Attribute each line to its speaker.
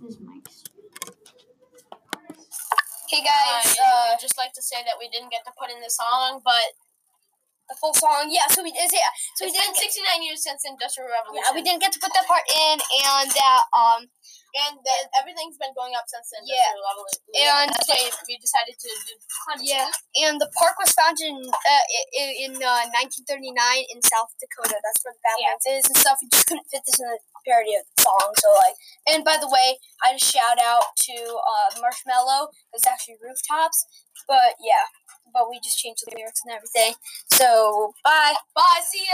Speaker 1: This mic's.
Speaker 2: Hey guys,
Speaker 3: Hi.
Speaker 2: uh, just like to say that we didn't get to put in the song, but the full song, yeah. So we is yeah. So
Speaker 3: So it's
Speaker 2: we
Speaker 3: been
Speaker 2: didn't.
Speaker 3: 69 years since Industrial Revolution.
Speaker 2: Yeah, we didn't get to put that part in, and that um,
Speaker 3: And that everything's been going up since the
Speaker 2: Yeah.
Speaker 3: Industrial Revolution.
Speaker 2: And-
Speaker 3: today we decided to do climate
Speaker 2: yeah,
Speaker 3: change.
Speaker 2: and the park was founded in uh, i- i- in uh, 1939 in South Dakota. That's where the Badlands is and stuff. We just couldn't fit this in the parody of the song, so like. And by the way, I just shout out to uh, Marshmallow. It's actually rooftops, but yeah, but we just changed the lyrics and everything. So bye, bye, see ya.